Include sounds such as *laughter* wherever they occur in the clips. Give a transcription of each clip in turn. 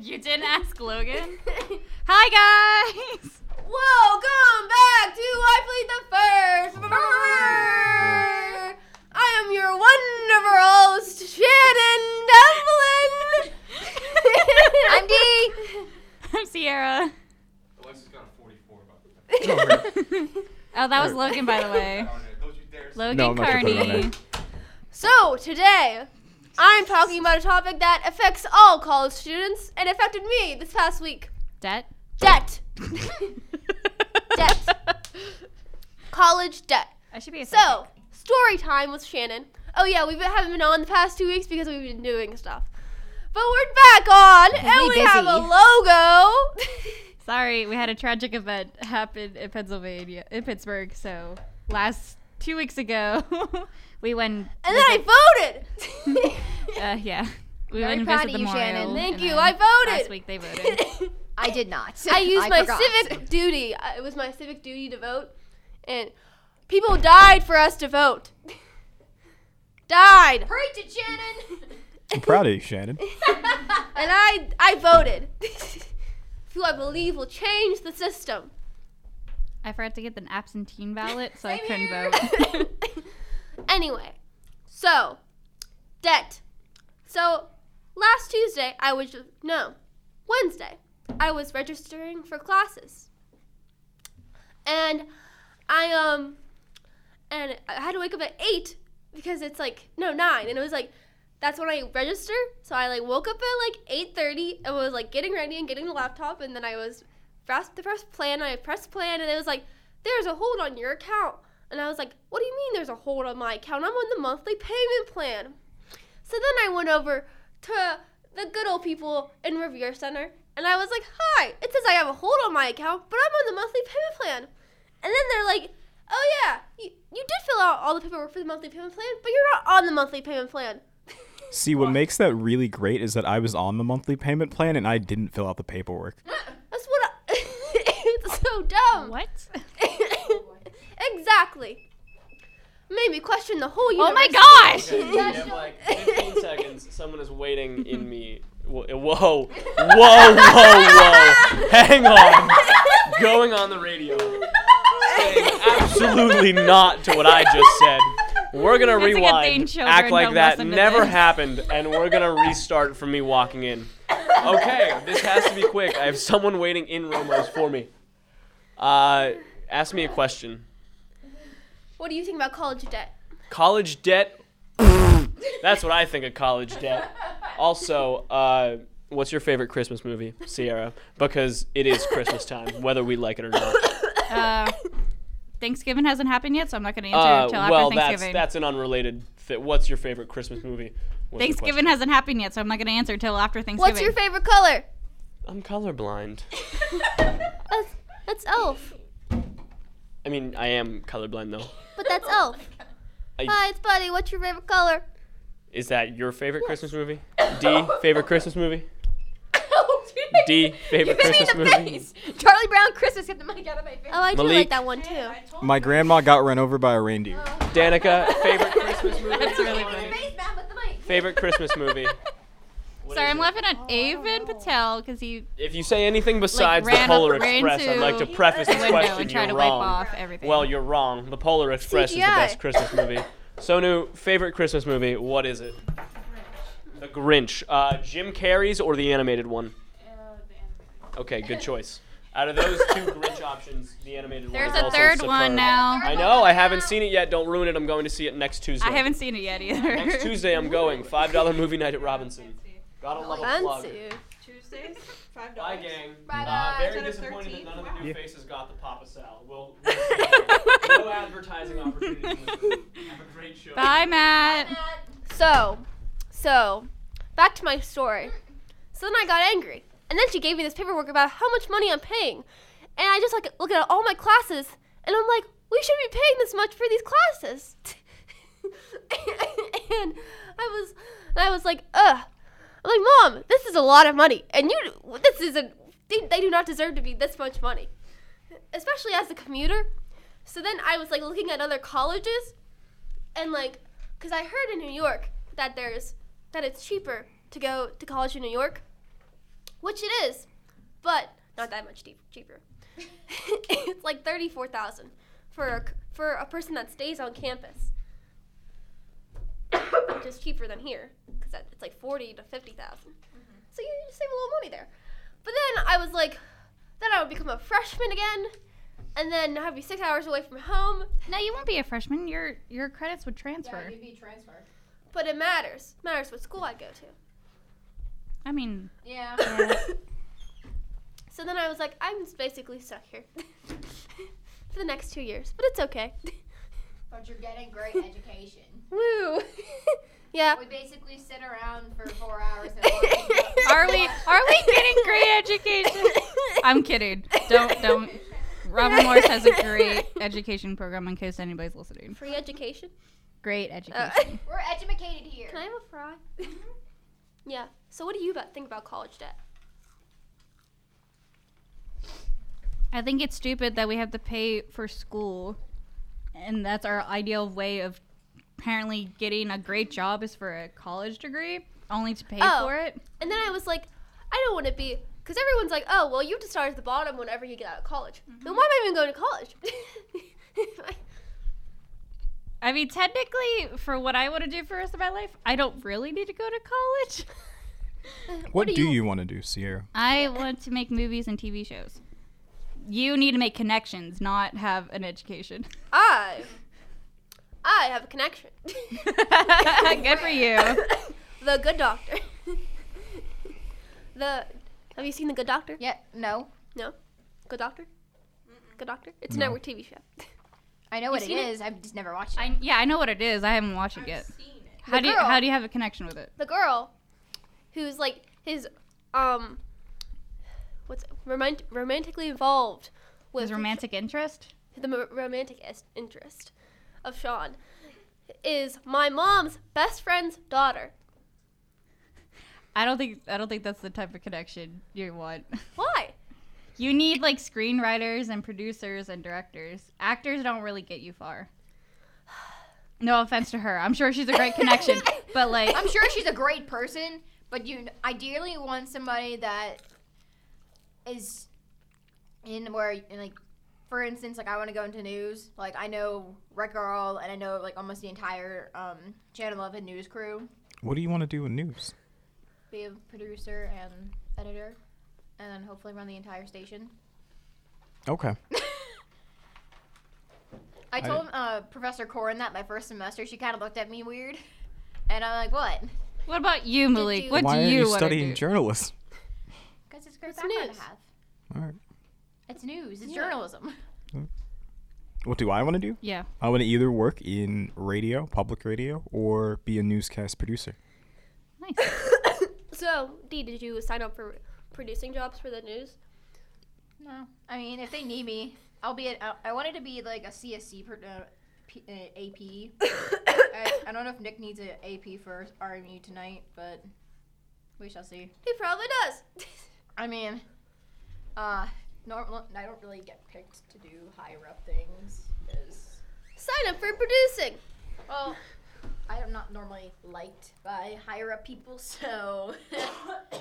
You didn't ask *laughs* Logan? Hi, guys! *laughs* Welcome back to I Played the First. I am your wonderful host, Shannon Devlin. *laughs* I'm Dee. I'm Sierra. Alexa's got a 44 about the *laughs* Oh, that was Logan, by the *laughs* way. Don't you dare say Logan No, I'm not gonna put it on Carney. So today, I'm talking about a topic that affects all college students and affected me this past week: Debt? debt, Debt. college debt. I should be a So, story time with Shannon. Oh yeah, we haven't been on the past two weeks because we've been doing stuff. But we're back on, and we busy. have a logo. Sorry, we had a tragic event happen in Pennsylvania, in Pittsburgh. So last two weeks ago, *laughs* we went. and then I voted. uh, *laughs* yeah, we Very went and proud visited of the you, Shannon. memorial, Thank and you. then I voted. Last week they voted. *laughs* I did not. *laughs* I used my forgot. civic duty. I- It was my civic duty to vote, and people died for us to vote. died, Preach it, Shannon. I'm proud of you, *laughs* Shannon. and I I *laughs* voted. Who I believe will change the system. I forgot to get an absentee ballot, so I Same couldn't here. *laughs* vote. anyway, so debt. So last Tuesday, I was no Wednesday. I was registering for classes, and I um and I had to wake up at eight because it's like no nine, and it was like that's when I register. So I like woke up at like eight thirty and was like getting ready and getting the laptop, and then I was pressed the press plan. I pressed plan, and it was like there's a hold on your account. And I was like, what do you mean there's a hold on my account? I'm on the monthly payment plan. So then I went over to the good old people in Revere Center and I was like, hi, it says I have a hold on my account, but I'm on the monthly payment plan. And then they're like, oh yeah, you, you did fill out all the paperwork for the monthly payment plan, but you're not on the monthly payment plan. See, what makes that really great is that I was on the monthly payment plan and I didn't fill out the paperwork. That's what I. *laughs* it's so dumb. what? *laughs* exactly. Made me question the whole Oh universe. my gosh! it. You have like 15 seconds. Someone is waiting in me. Whoa, whoa, whoa, whoa. Hang on. Going on the radio. Saying *laughs* absolutely not to what I just said. We're gonna That's a good thing rewind, children act like don't that listen to never this. happened, and we're gonna restart from me walking in. Okay, this has to be quick. I have someone waiting in Romo's for me. Uh, ask me a question. What do you think about college debt? College debt. That's what I think of college debt. Also, uh, what's your favorite Christmas movie, Sierra? Because it is Christmas time, whether we like it *laughs* or not. Uh, Thanksgiving hasn't happened yet, so I'm not going to answer Uh, until well, after that's Thanksgiving. that's an unrelated. Th- what's your favorite Christmas movie? was the Thanksgiving question. hasn't happened yet, so I'm not going to answer until after Thanksgiving. What's your favorite *laughs* color? I'm colorblind. That's, that's elf. I mean, I am colorblind though. But that's Oh elf. I- Hi, it's Buddy. What's your favorite *laughs* color? Is that your favorite Christmas movie? D favorite Christmas movie? Oh, D favorite Christmas movie? Charlie Brown Christmas, get the mic out of my face. Oh, I do Malik. like that one too. Oh. My grandma got run over by a reindeer. Uh, Danica *laughs* favorite Christmas movie? That's really funny. Favorite Christmas movie? What Sorry, is I'm it? laughing at Avin Patel because he If you say anything besides the ran up- Polar ran Express, I'd to like to preface this window question. and tried You're to wrong. wipe off everything. Well, you're wrong. *laughs* The Polar Express is the CGI. best Christmas movie. Sonu, favorite Christmas movie? What is it? The Grinch. Uh, Jim Carrey's or the animated one? Uh, Okay, good choice. Out of those two Grinch options, the animated there's one is a also third superb. one now. I know. I haven't seen it yet. Don't ruin it. I'm going to see it next Tuesday. I haven't seen it yet either. *laughs* Next Tuesday, I'm going. Five dollar movie night at Robinson. Gotta love a plug. Fancy. Tuesdays, five Bye, dollars. gang. Bye, Uh, guys. very Instead of disappointed that 13. none of the new Yeah. faces got the Papa Sal. We'll, *laughs* no advertising opportunities. Have a great show. Bye, Matt. So, so, back to my story. So then I got angry, and then she gave me this paperwork about how much money I'm paying, and I just like look at all my classes, and I'm like, we should be paying this much for these classes. *laughs* and I was, and I was like, ugh. I'm like, mom, this is a lot of money, and you, this isn't. They, they do not deserve to be this much money, especially as a commuter. So then I was like looking at other colleges, and like because I heard in New York that there's that it's cheaper to go to college in New York. which it is, but not that much deep, cheaper. *laughs* it's like thirty-four thousand for a, c- for a person that stays on campus, *coughs* which is cheaper than here because it's like forty to fifty thousand. So you you save a little money there. But then I was like, then I would become a freshman again, and then I'd be six hours away from home. No, you won't be a freshman. Your your credits would transfer. be transferred. But it matters. matters what school I go to. I mean, Yeah. *laughs* so then I was like, I'm just basically stuck here *laughs* for the next two years, but it's okay. *laughs* But you're getting *laughs* great education. Woo! *laughs* yeah. *laughs* We basically sit around for four hours and watch- are we are we getting *laughs* great *laughs* education? I'm kidding. Don't don't. Robin Morris has a great education program in case anybody's listening. Free *laughs* education. Great Uh, *laughs* education. We're educated here. can I have a fry? *laughs* yeah. So what do you about, think about college debt? I think it's stupid that we have to pay for school, and that's our ideal way of apparently getting a great job is for a college degree, only to pay Oh. for it. And then I was like, I don't want to be, because everyone's like, oh, well, you have to start at the bottom whenever you get out of college. Mm-hmm. Then why am I even going to *laughs* college? I mean, technically, for what I want to do for the rest of my life, I don't really need to go to college. *laughs* What, do, you, want to do, Sierra? I want to make movies and TV shows. You need to make connections, not have an education. *laughs* I, I have a connection. *laughs* Good for you. the good doctor. the have you seen the good doctor? Yeah. No. No, good doctor. Good doctor. It's a No. network TV show. I know what it seen it? is. I've just never watched it. I, yeah, I know what it is. I haven't watched it yet. How The do you, girl- how do you have a connection with it? The girl, who's like his, um, what's romant- romantically involved with His romantic interest? the mo- romantic est- interest of Sean, is my mom's best friend's daughter. I don't think I don't think that's the type of connection you want. *laughs* Why? You need like screenwriters and producers and directors. Actors don't really get you far. *sighs* No offense to her. I'm sure she's a great *laughs* connection, but like *laughs* I'm sure she's a great person, but you ideally want somebody that is in where in, like for instance, like I want to go into news. Like I know Red Girl and I know like almost the entire um, Channel 11 news crew. What do you want to do in news? Be a producer and editor, and then hopefully run the entire station. Okay. I told uh, Professor Corin that my first semester. She kind of looked at me weird, and I'm like, "What? what about you, Malik? you- What Why do are you, you want studying to do? journalism? Because it's great It's background news. to have. All right. It's news. It's Yeah. journalism. What do I want to do? yeah. I want to either work in radio, public radio, or be a newscast producer. Nice. So, Dee, did you sign up for producing jobs for the news? No, I mean, if they need me, I'll be. A, I wanted to be like a CSC per, uh, P, uh, AP. I, I don't know if Nick needs an AP for RMU tonight, but we shall see. He probably does. *laughs* I mean, uh, normal. I don't really get picked to do higher up things because Sign up for producing. well, I am not normally liked by higher up *laughs* people, so But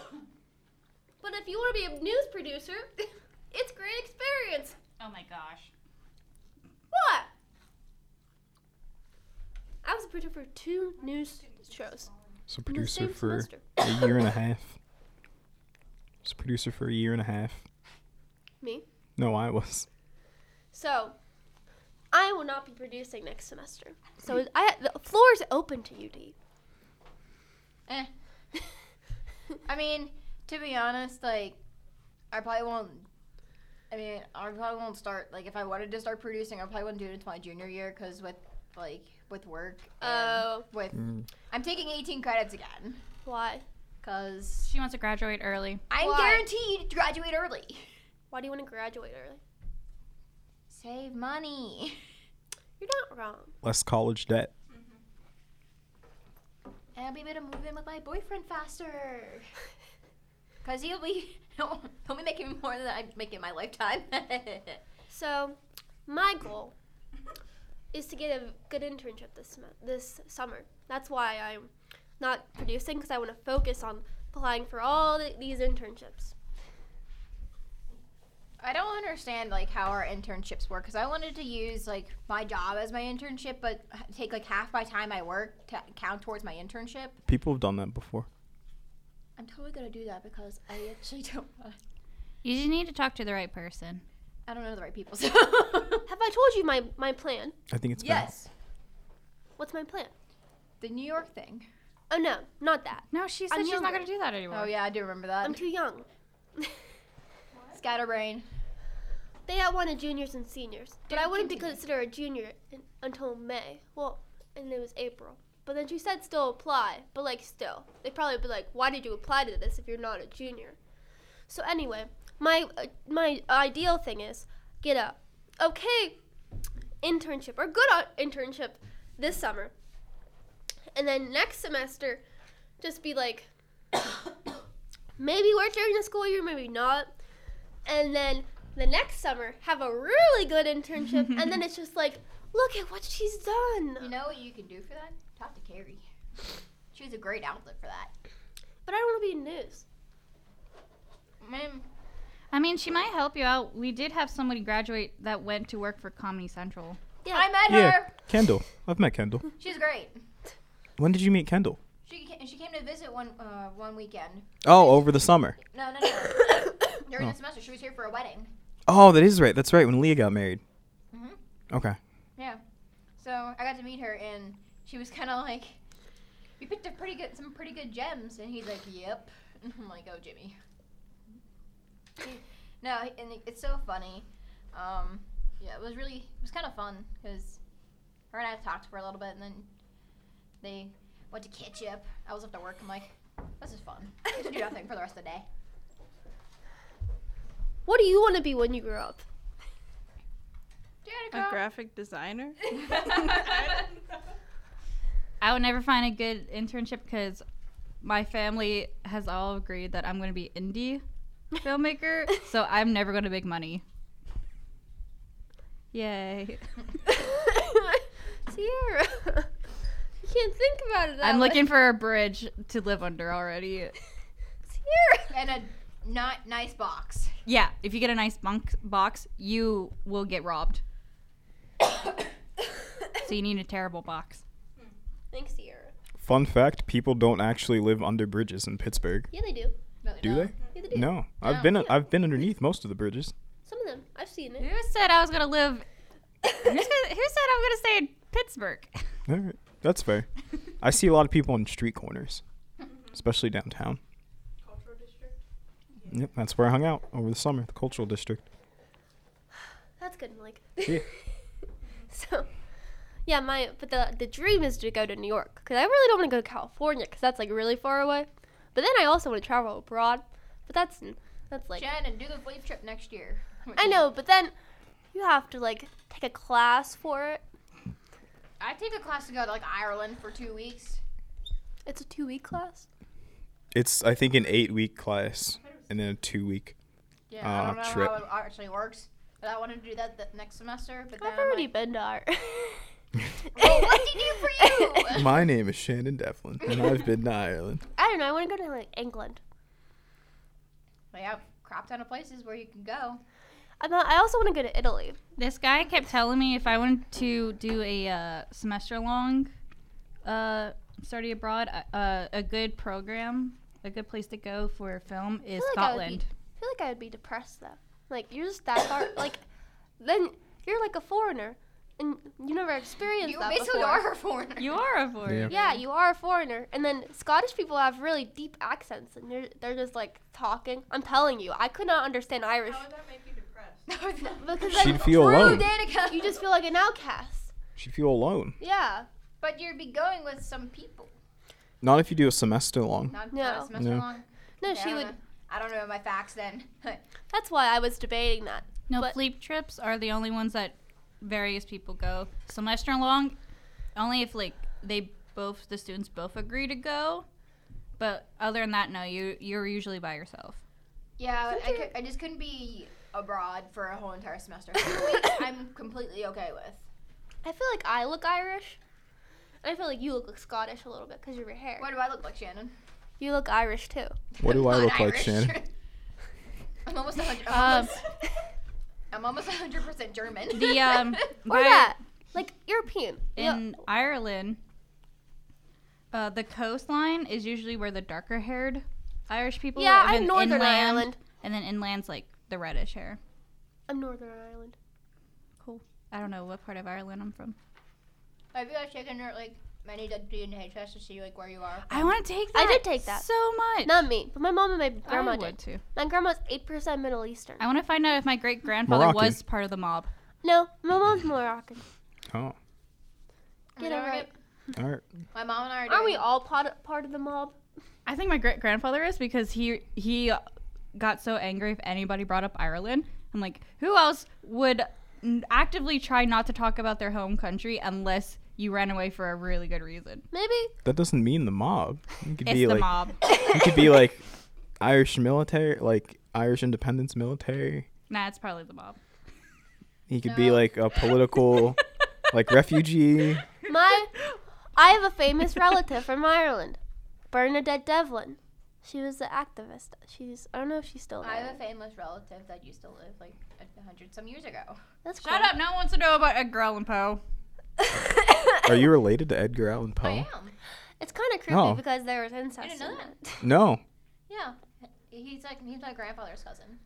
if you want to be a news producer, *laughs* it's great experience. Oh my gosh. What? I was a producer for two news shows. So in the producer same for semester. *coughs* a year and a half. Was producer for a year and a half. Me. No, I was. So, I will not be producing next semester. *laughs* So I the floor is open to you, Dee. eh. I mean, to be honest, like I probably won't. I mean, I probably won't start. Like, if I wanted to start producing, I probably wouldn't do it until my junior year because with like with work. and *laughs* Oh, With Mm. I'm taking 18 credits again why? because She wants to graduate early. I'm Why? guaranteed to graduate early. Why do you want to graduate early? Save money. You're not wrong. *laughs* Less college debt. And I'll be able to move in with my boyfriend faster. Cause he'll be *laughs* he'll, he'll be making more than I make in my lifetime. *laughs* So, my goal is to get a good internship this sum- this summer. That's why I'm not producing because I want to focus on applying for all the, these internships. I don't understand like how our internships work because I wanted to use like my job as my internship, but h- take like half my time I work to count towards my internship. People have done that before. I'm totally gonna do that because I actually don't. You just need to talk to the right person. I don't know the right people. So *laughs* Have I told you my, my plan? I think it's been- yes, What's my plan? the New York thing. Oh no, not that. No, she said I'm she's not younger. going to do that anymore. Oh yeah, I do remember that. I'm too young. *laughs* Scatterbrain. They outwanted juniors and seniors, but Dude, I wouldn't be continue. considered a junior in, until May. Well, and it was April. But then she said still apply, but like still, they'd probably be like, why did you apply to this if you're not a junior? So anyway, my uh, my ideal thing is get a okay internship or good o- internship this summer, and then next semester, just be like, maybe work during the school year, maybe not, and then the next summer have a really good internship and then it's just like look at what she's done You know what you can do for that? Talk to Carrie. She was a great outlet for that. but i don't want to be in news *coughs* Mm, I mean, she might help you out. We did have somebody graduate that went to work for Comedy Central. yeah I met Yeah, her. Kendall. I've met Kendall. She's great. When did you meet Kendall? She ca- she came to visit one uh, one weekend. Oh, over the summer. No, no, no. *coughs* During the semester, she was here for a wedding. Oh, that is right. That's right. When Leah got married. Mhm. Okay. Yeah. So I got to meet her, and she was kind of like, "You picked a pretty good, some pretty good gems." And he's like, "Yep." And I'm like, "Oh, Jimmy." He- no, he- and it- it's so funny. Um, yeah, it was really, it was kind of fun because her and I talked for a little bit, and then they went to catch up. I was up to work. I'm like, "This is fun." I should do nothing for the rest of the day. what do you want to be when you grow up *laughs* *laughs* A Janica. graphic designer? I would never find a good internship because my family has all agreed that I'm going to be indie filmmaker, so I'm never going to make money. Yay. sierra you can't think about it that I'm way. looking for a bridge to live under already. sierra and a not nice box. Yeah, if you get a nice bunk box, you will get robbed. so you need a terrible box. thanks sierra Fun fact: People don't actually live under bridges in Pittsburgh. yeah they do No, they Do don't. they? yeah they do No, I've been I've been underneath most of the bridges. some of them i've seen Who it said I was gonna live? Who said, who said I'm gonna stay in Pittsburgh? All right, that's fair. I see a lot of people on street corners, especially downtown. Cultural district. Yep, that's where I hung out over the summer. The cultural district. *laughs* that's good like Yeah. *laughs* so yeah my but the the dream is to go to new york because i really don't want to go to california because that's like really far away but then i also want to travel abroad but that's that's like Jen, and do the wave trip next year. I know, but then you have to like take a class for it. I take a class to go to like Ireland for two weeks. It's a two week class. It's I think an eight week class and then a two week. Yeah, Ah, I don't know trip. how it actually works, but I wanted to do that the next semester. But then I've I'm already like, been to *laughs* art. well, what *laughs* did you do for *laughs* you? My name is Shannon Devlin, and I've been to Ireland. I don't know. I want to go to like England. They have crap ton of places where you can go. I'm not, I also want to go to Italy. This guy kept telling me if I wanted to do a uh, semester long uh, study abroad, uh, uh, a good program, a good place to go for film is feel like I would Scotland. I feel like I would be depressed though. Like you're just that *coughs* far. like then you're like a foreigner, and you never experienced You that basically before. are a foreigner. You are a foreigner. Yeah, you are a foreigner. And then Scottish people have really deep accents, and they're they're just like talking. I'm telling you, I could not understand Irish would that make you *laughs* *laughs* depressed? because She'd like, feel alone. Danica. you just feel like an outcast. She'd feel alone. Yeah. *laughs* But you'd be going with some people. Not if you do a semester long. Not, not No. a semester No. long. No, Okay, I she don't would. know. I don't know my facts then. *laughs* That's why I was debating that. No, But- sleep trips are the only ones that various people go. Semester long, only if like they both the students both agree to go. But other than that, no, you you're usually by yourself. yeah, I, Future- cou- I just couldn't be abroad for a whole *laughs* entire semester. Two weeks, I'm completely okay with. I feel like I look Irish. and I feel like you look like Scottish a little bit because of your hair. What do I look like, Shannon? You look Irish *laughs* too. What do I Not look like, *laughs* Irish. Shannon? I'm almost 100. I'm Um, almost, I'm almost 100% German. *laughs* uh, the um, *laughs* Or by- that. Like European. Yeah. in Ireland, uh, the coastline is usually where the darker haired Irish people Yeah, live. I'm and Northern inland, Ireland. and then inland's like the reddish hair. I'm Northern Ireland. I don't know what part of Ireland I'm from. Have you guys taken your, like many DNA tests to see like where you are? I want to take I that. did take that. so much. Not me, but my mom and my grandma I did. would too. My grandma's 8% Middle Eastern. I want to find out if my great grandfather Moroccan. was part of the mob. No, my mom's Moroccan. Oh, Am I Get it doing right. all right. My mom and I are. Aren't we doing- all part, part of the mob? I think my great grandfather is because he he got so angry if anybody brought up Ireland. I'm like, who else would n- actively try not to talk about their home country unless you ran away for a really good reason? Maybe. That doesn't mean the mob. You could It's be the like *laughs* mob. you could be like Irish military, like Irish independence military. Nah, it's probably the mob. He could be No. like a political, *laughs* like refugee. *laughs* My, I have a famous relative from Ireland, Bernadette Devlin. She was an activist. She's I don't know if she's still I have there. a famous relative that used to live like a hundred some years ago. That's *laughs* cool. Shut up. No one wants to know about Edgar Allan Poe. *laughs* Are you related to Edgar Allan Poe? I am. It's kind of creepy Oh. because there was incest. didn't know in that. that. No, Yeah. He's like he's my grandfather's cousin.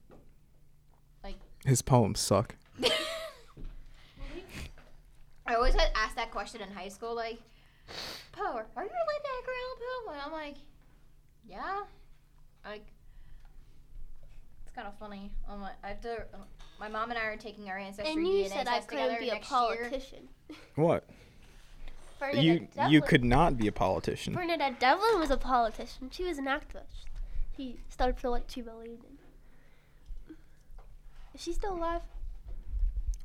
his poems suck. *laughs* I always had asked that question in high school, like, Poe, are you related to Edgar Allan Poe? And I'm like, yeah. Like, it's kind of funny. I'm like, I have to. My mom and I are taking our ancestry And you DNA said I test together couldn't be a next *laughs* year. politician. What? You Bernadette you Devlin- could not be a politician. Bernadette Devlin was a politician. She was an activist. She started for what she believed in. Is she still alive?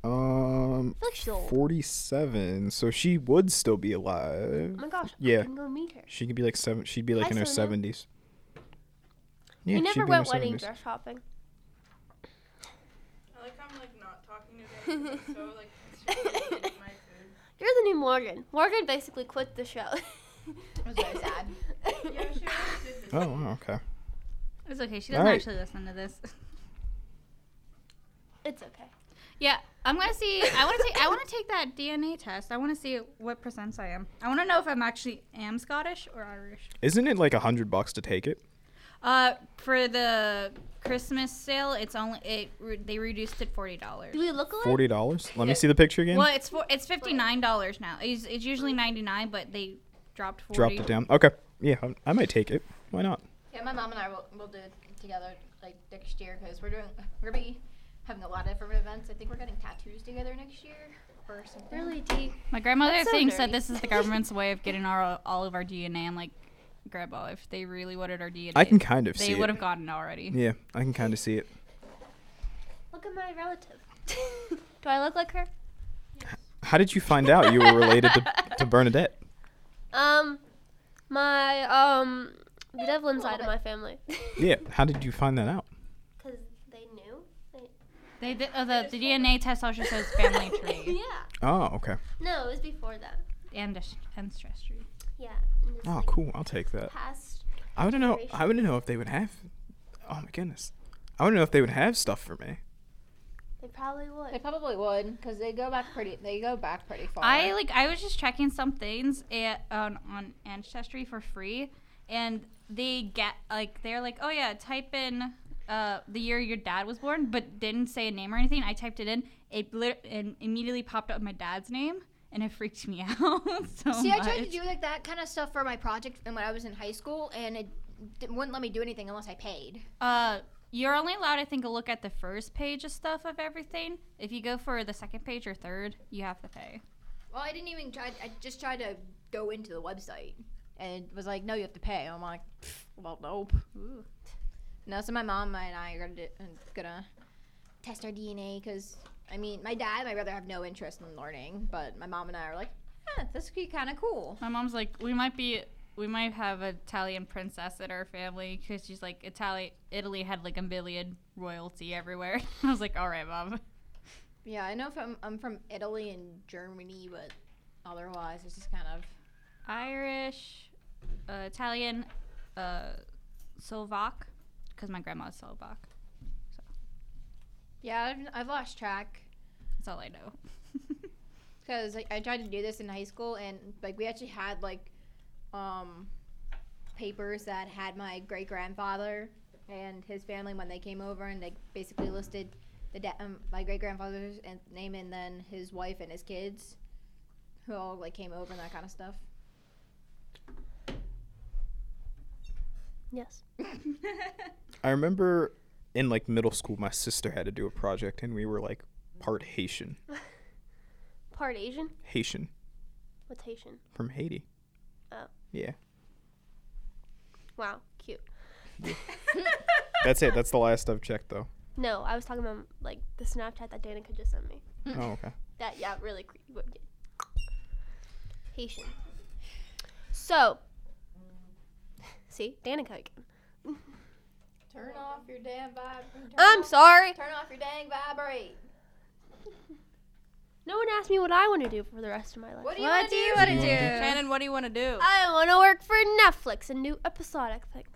Um, I feel like she's old. forty-seven. So she would still be alive. Oh my gosh, Yeah. I can go meet her. She could be like seven. She'd be like Hi, in her Sonia. seventies. Yeah, we she'd be never in went her wedding 70s. dress shopping. I like how I'm like not talking to them. so *laughs* like it's really my food. You're the new Morgan. Morgan basically quit the show. It was very sad. Yeah, *laughs* she really did this. Oh, wow, okay. It's okay. She All doesn't right. actually listen to this. *laughs* It's okay. Yeah, I'm gonna see. I want to take. I want to take that DNA test. I want to see what percent I am. I want to know if I'm actually am Scottish or Irish. Isn't it like a hundred bucks to take it? Uh, for the Christmas sale, it's only it re- they reduced it forty dollars. Do we look alike? Forty dollars. Let me see the picture again. Well, it's for it's fifty nine dollars now. It's, it's usually ninety nine, but they dropped forty. Dropped it down. Okay. Yeah, um, I, I might take it. Why not? Yeah, my mom and I will, will do it together like next year because we're doing we're gonna be having a lot of different events. I think we're getting tattoos together next year or something. Really deep. My grandmother That's so thinks that nerdy. this is the government's way of getting our all of our DNA. I'm like, Grandma, if they really wanted our DNA, I can kind of see they it. would have gotten it already. Yeah, I can kind of see it. Look at my relative. *laughs* Do I look like her? How did you find out you were related to, *laughs* to Bernadette? Um, my um, the Devlin side of bit. my *laughs* family. Yeah, how did you find that out? Cause they knew. They did, oh, the, the DNA test also shows *laughs* family tree *laughs* yeah. Oh, okay. No, it was before that. and dis- and stress tree. Yeah. and it's Oh, like cool. I'll take that. Past. I wouldn't know. I wouldn't know if they would have. Oh my goodness. I wouldn't know if they would have stuff for me. They probably They would. probably would because they go back pretty. They go back pretty far. I like I was just checking some things at, on on Ancestry for free, and they get like they're like, oh yeah, type in uh, the year your dad was born, but didn't say a name or anything. I typed it in, it lit- and immediately popped up my dad's name, and it freaked me *laughs* out so See, much. I tried to do like that kind of stuff for my project and when I was in high school, and it d- wouldn't let me do anything unless I paid. uh, you're only allowed, I think, to look at the first page of stuff of everything. If you go for the second page or third, you have to pay. Well, I didn't even try. I just tried to go into the website, and it was like, "No, you have to pay." I'm like, "Pfft, "Well, nope." No, so my mom and I are gonna do, gonna test our DNA because I mean, my dad and my brother have no interest in learning, but my mom and I are like, "Huh, this could be kind of cool." My mom's like, we might be, we might have an Italian princess in our family because she's like, Itali- Italy had like a million royalty everywhere. *laughs* I was like, all right, mom. Yeah, I know if I'm, I'm from Italy and Germany, but otherwise, it's just kind of Irish, uh, Italian, uh, Slovak because my grandma's Slovak. Yeah, I've, I've lost track That's all I know. because like, I tried to do this in high school, and like we actually had like um papers that had my great grandfather and his family when they came over, and they basically listed the da- um, my great grandfather's and- name and then his wife and his kids who all like came over and that kind of stuff. Yes. I remember in like middle school, my sister had to do a project, and we were like part Haitian, Part Asian? Haitian What's Haitian? from Haiti. Oh. Yeah, Wow, cute. that's it. That's the last I've checked, though. No, I was talking about like the Snapchat that Danica just sent me. Oh, okay. That yeah, really creepy. But yeah. Haitian. So, *laughs* see Danica again. Turn off your damn vibrate. I'm sorry. Turn off your dang vibrate. No one asked me what I want to do for the rest of my life. What do you What want to do do? you What do wanna do? *laughs* Shannon, what do you want to do? I want to work for Netflix and do episodic things.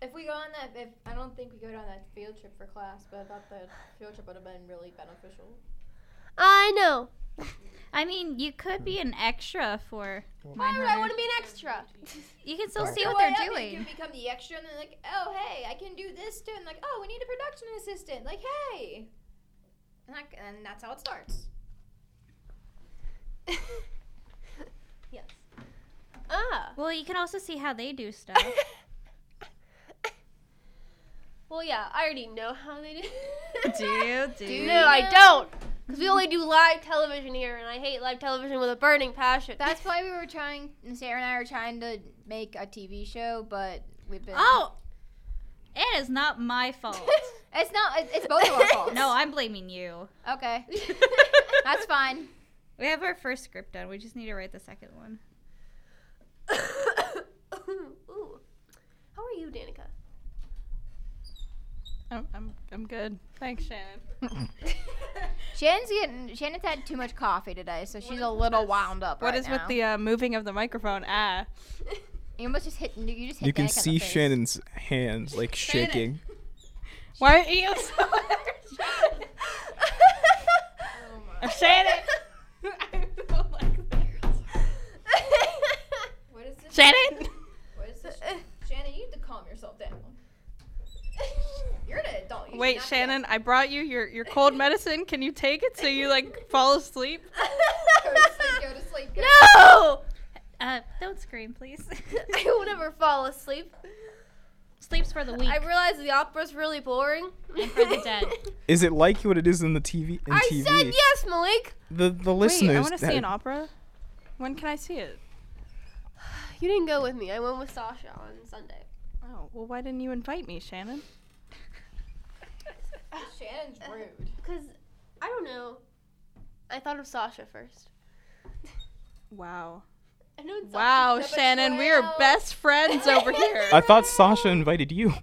If we go on that, if I don't think we go on that field trip for class, but I thought the field trip would have been really beneficial. I know. I mean, you could be an extra for. Why would I want to be an extra? You can still see Go what they're up and You doing. can become the extra, and then like, oh hey, I can do this too, and like, oh we need a production assistant. Like hey, and, I, and that's how it starts. yes. Ah. Well, you can also see how they *laughs* do stuff. *laughs* Well, yeah, I already know how they do. *laughs* do you? Do you? No, I don't. Because we only do live television here, and I hate live television with a burning passion. *laughs* That's why we were trying. Sarah and I were trying to make a TV show, but we've been. Oh, it is not my fault. *laughs* it's not. It, it's both of our faults. no, I'm blaming you. *laughs* Okay, *laughs* that's fine. We have our first script done. We just need to write the second one. *laughs* Ooh. How are you, Danica? I'm, I'm, I'm good. Thanks, Shannon. Shannon's getting. Shannon's had too much coffee today, so she's a little wound up. What right is with now. the uh, moving of the microphone? Ah. *laughs* You almost just hit. You just hit. You can Danica in the see face. Shannon's hands like shaking. Why aren't you so *laughs* Shannon! *laughs* What is this? Shannon! What is this? *laughs* Shannon, you need to calm yourself down. *laughs* You're an adult. You should Wait, not be Shannon, I brought you your, your cold medicine. Can you take it so you *laughs* like fall asleep? like, *laughs* Go to sleep. Go to sleep. Go. No! Uh, don't scream, please. *laughs* I will never fall asleep. Sleeps for the weak. I realize the opera's really boring. And for the dead. Is it like what it is in the TV? *laughs* In I TV? said yes, Malik. The the Wait, listeners. I want to see that- an opera. When can I see it? You didn't go with me. I went with Sasha on Sunday. Oh, well, why didn't you invite me, Shannon? Shannon's rude. Because, I don't know. I thought of Sasha first. Wow. I know it's Wow, Sasha, but Shannon, we are wow. best *laughs* friends *laughs* over here. I thought Sasha invited you.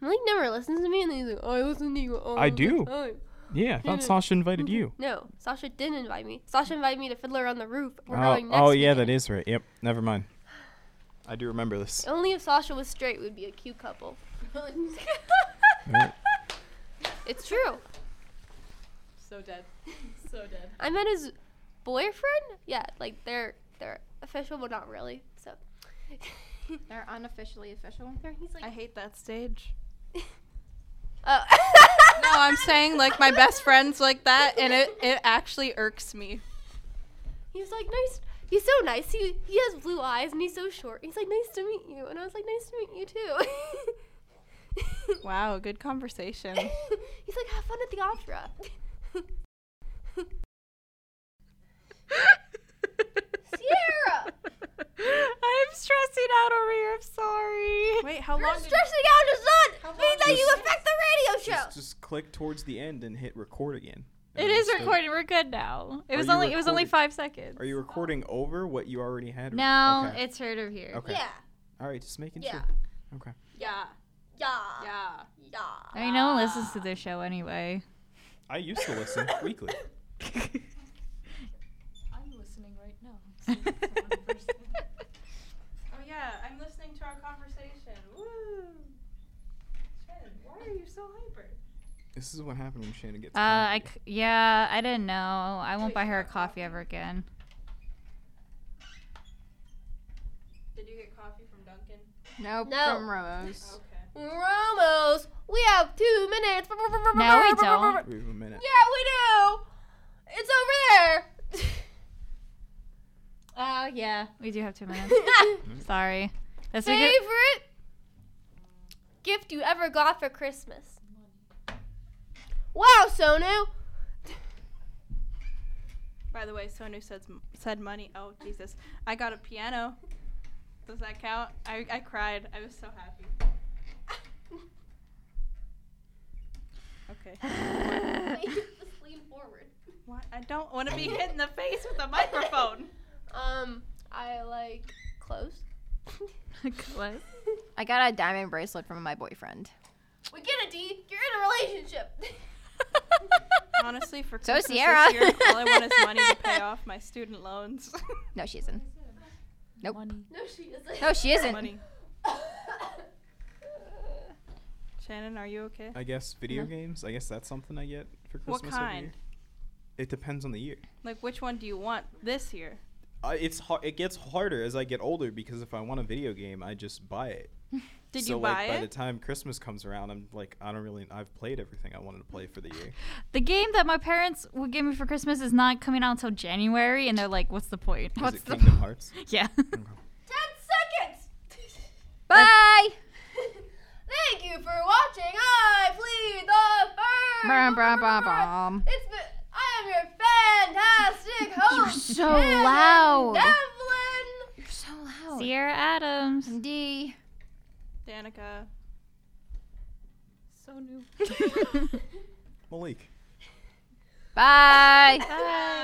Malik never listens to me, and then he's like, I listen to you all I the do. time." Yeah, I thought Sasha invited you. No, Sasha didn't invite me. Sasha invited me to Fiddler on the Roof. *laughs* We're Oh, going next oh yeah, weekend. that is right. Yep, never mind. I do remember this. Only if Sasha was straight would be a cute couple. Right. It's true. So dead. So dead. I met his boyfriend. Yeah, like they're they're official, but not really. So *laughs* They're unofficially official. they're- he's I like, hate that stage. oh. No, I'm saying like my best friends like that, and it, it actually irks me. He was like, nice. He's so nice. He he has blue eyes and he's so short. He's like, nice to meet you, and I was like, nice to meet you too. Wow, good conversation. *laughs* *laughs* he's like, have fun at the opera. Sierra! I'm stressing out over here. I'm sorry. Wait, how long? Did, Stressing out does How not mean that you long- affect the radio show. Just, just click towards the end and hit record again. *laughs* it is recorded. We're good now. It Are was you only it was only recording? five seconds. Are you recording over what you already had? no, Okay. it's heard of here. okay. Yeah. All right, just making Yeah. sure. Okay. yeah, Yeah. yeah. Yeah. I mean, no one listens to this show *laughs* anyway. I used to listen weekly. *laughs* Oh yeah, You're so hyper. This is what happened when Shannon gets. Uh, I c- yeah, I didn't know. I won't buy her a coffee ever again. Did you get coffee from Duncan? Nope. No. From Ramos. Okay. Ramos, we have two minutes. *laughs* No, we don't. we have a minute. Yeah, we do. It's over there. Oh yeah, we do have two minutes. *laughs* Sorry. That's a good- Favorite gift you ever got for Christmas? Wow, Sonu. By the way, Sonu says said money. Oh Jesus, I got a piano. Does that count? I, I cried. I was so happy. *laughs* Okay. lean forward. What? I don't want to be hit in the face with *laughs* a microphone. Um, I like clothes. What? I got a diamond bracelet from my *laughs* boyfriend. We get it, D. You're in a relationship. *laughs* *laughs* Honestly, for So, Christmas Sierra. this year, all I want is money to pay off my *laughs* student loans. *laughs* No, she isn't. Nope. no, she isn't. *laughs* No, she isn't. money. Shannon, are you okay? I guess video games. I guess that's something I get for What Christmas. kind? Every year. It depends on the year. Like, which one do you want this year? I it's hard. It gets harder as I get older because if I want a video game, I just buy it. Did so you like buy by it? the time Christmas comes around, I'm like, I don't really. I've played everything I wanted to play for the year. The game that my parents would give me for Christmas is not coming out until January, and they're like, "What's the point? Is What's it the *laughs* Kingdom Hearts? yeah?" Ten seconds. Bye. Thank you for watching. I plead the first. Brum, brum, brum, brum. It's been, I am your *laughs* fantastic host. so Shannon loud. Devlin. You're so loud. Sierra Adams. D. Danica. So new. Malik. Bye. Bye.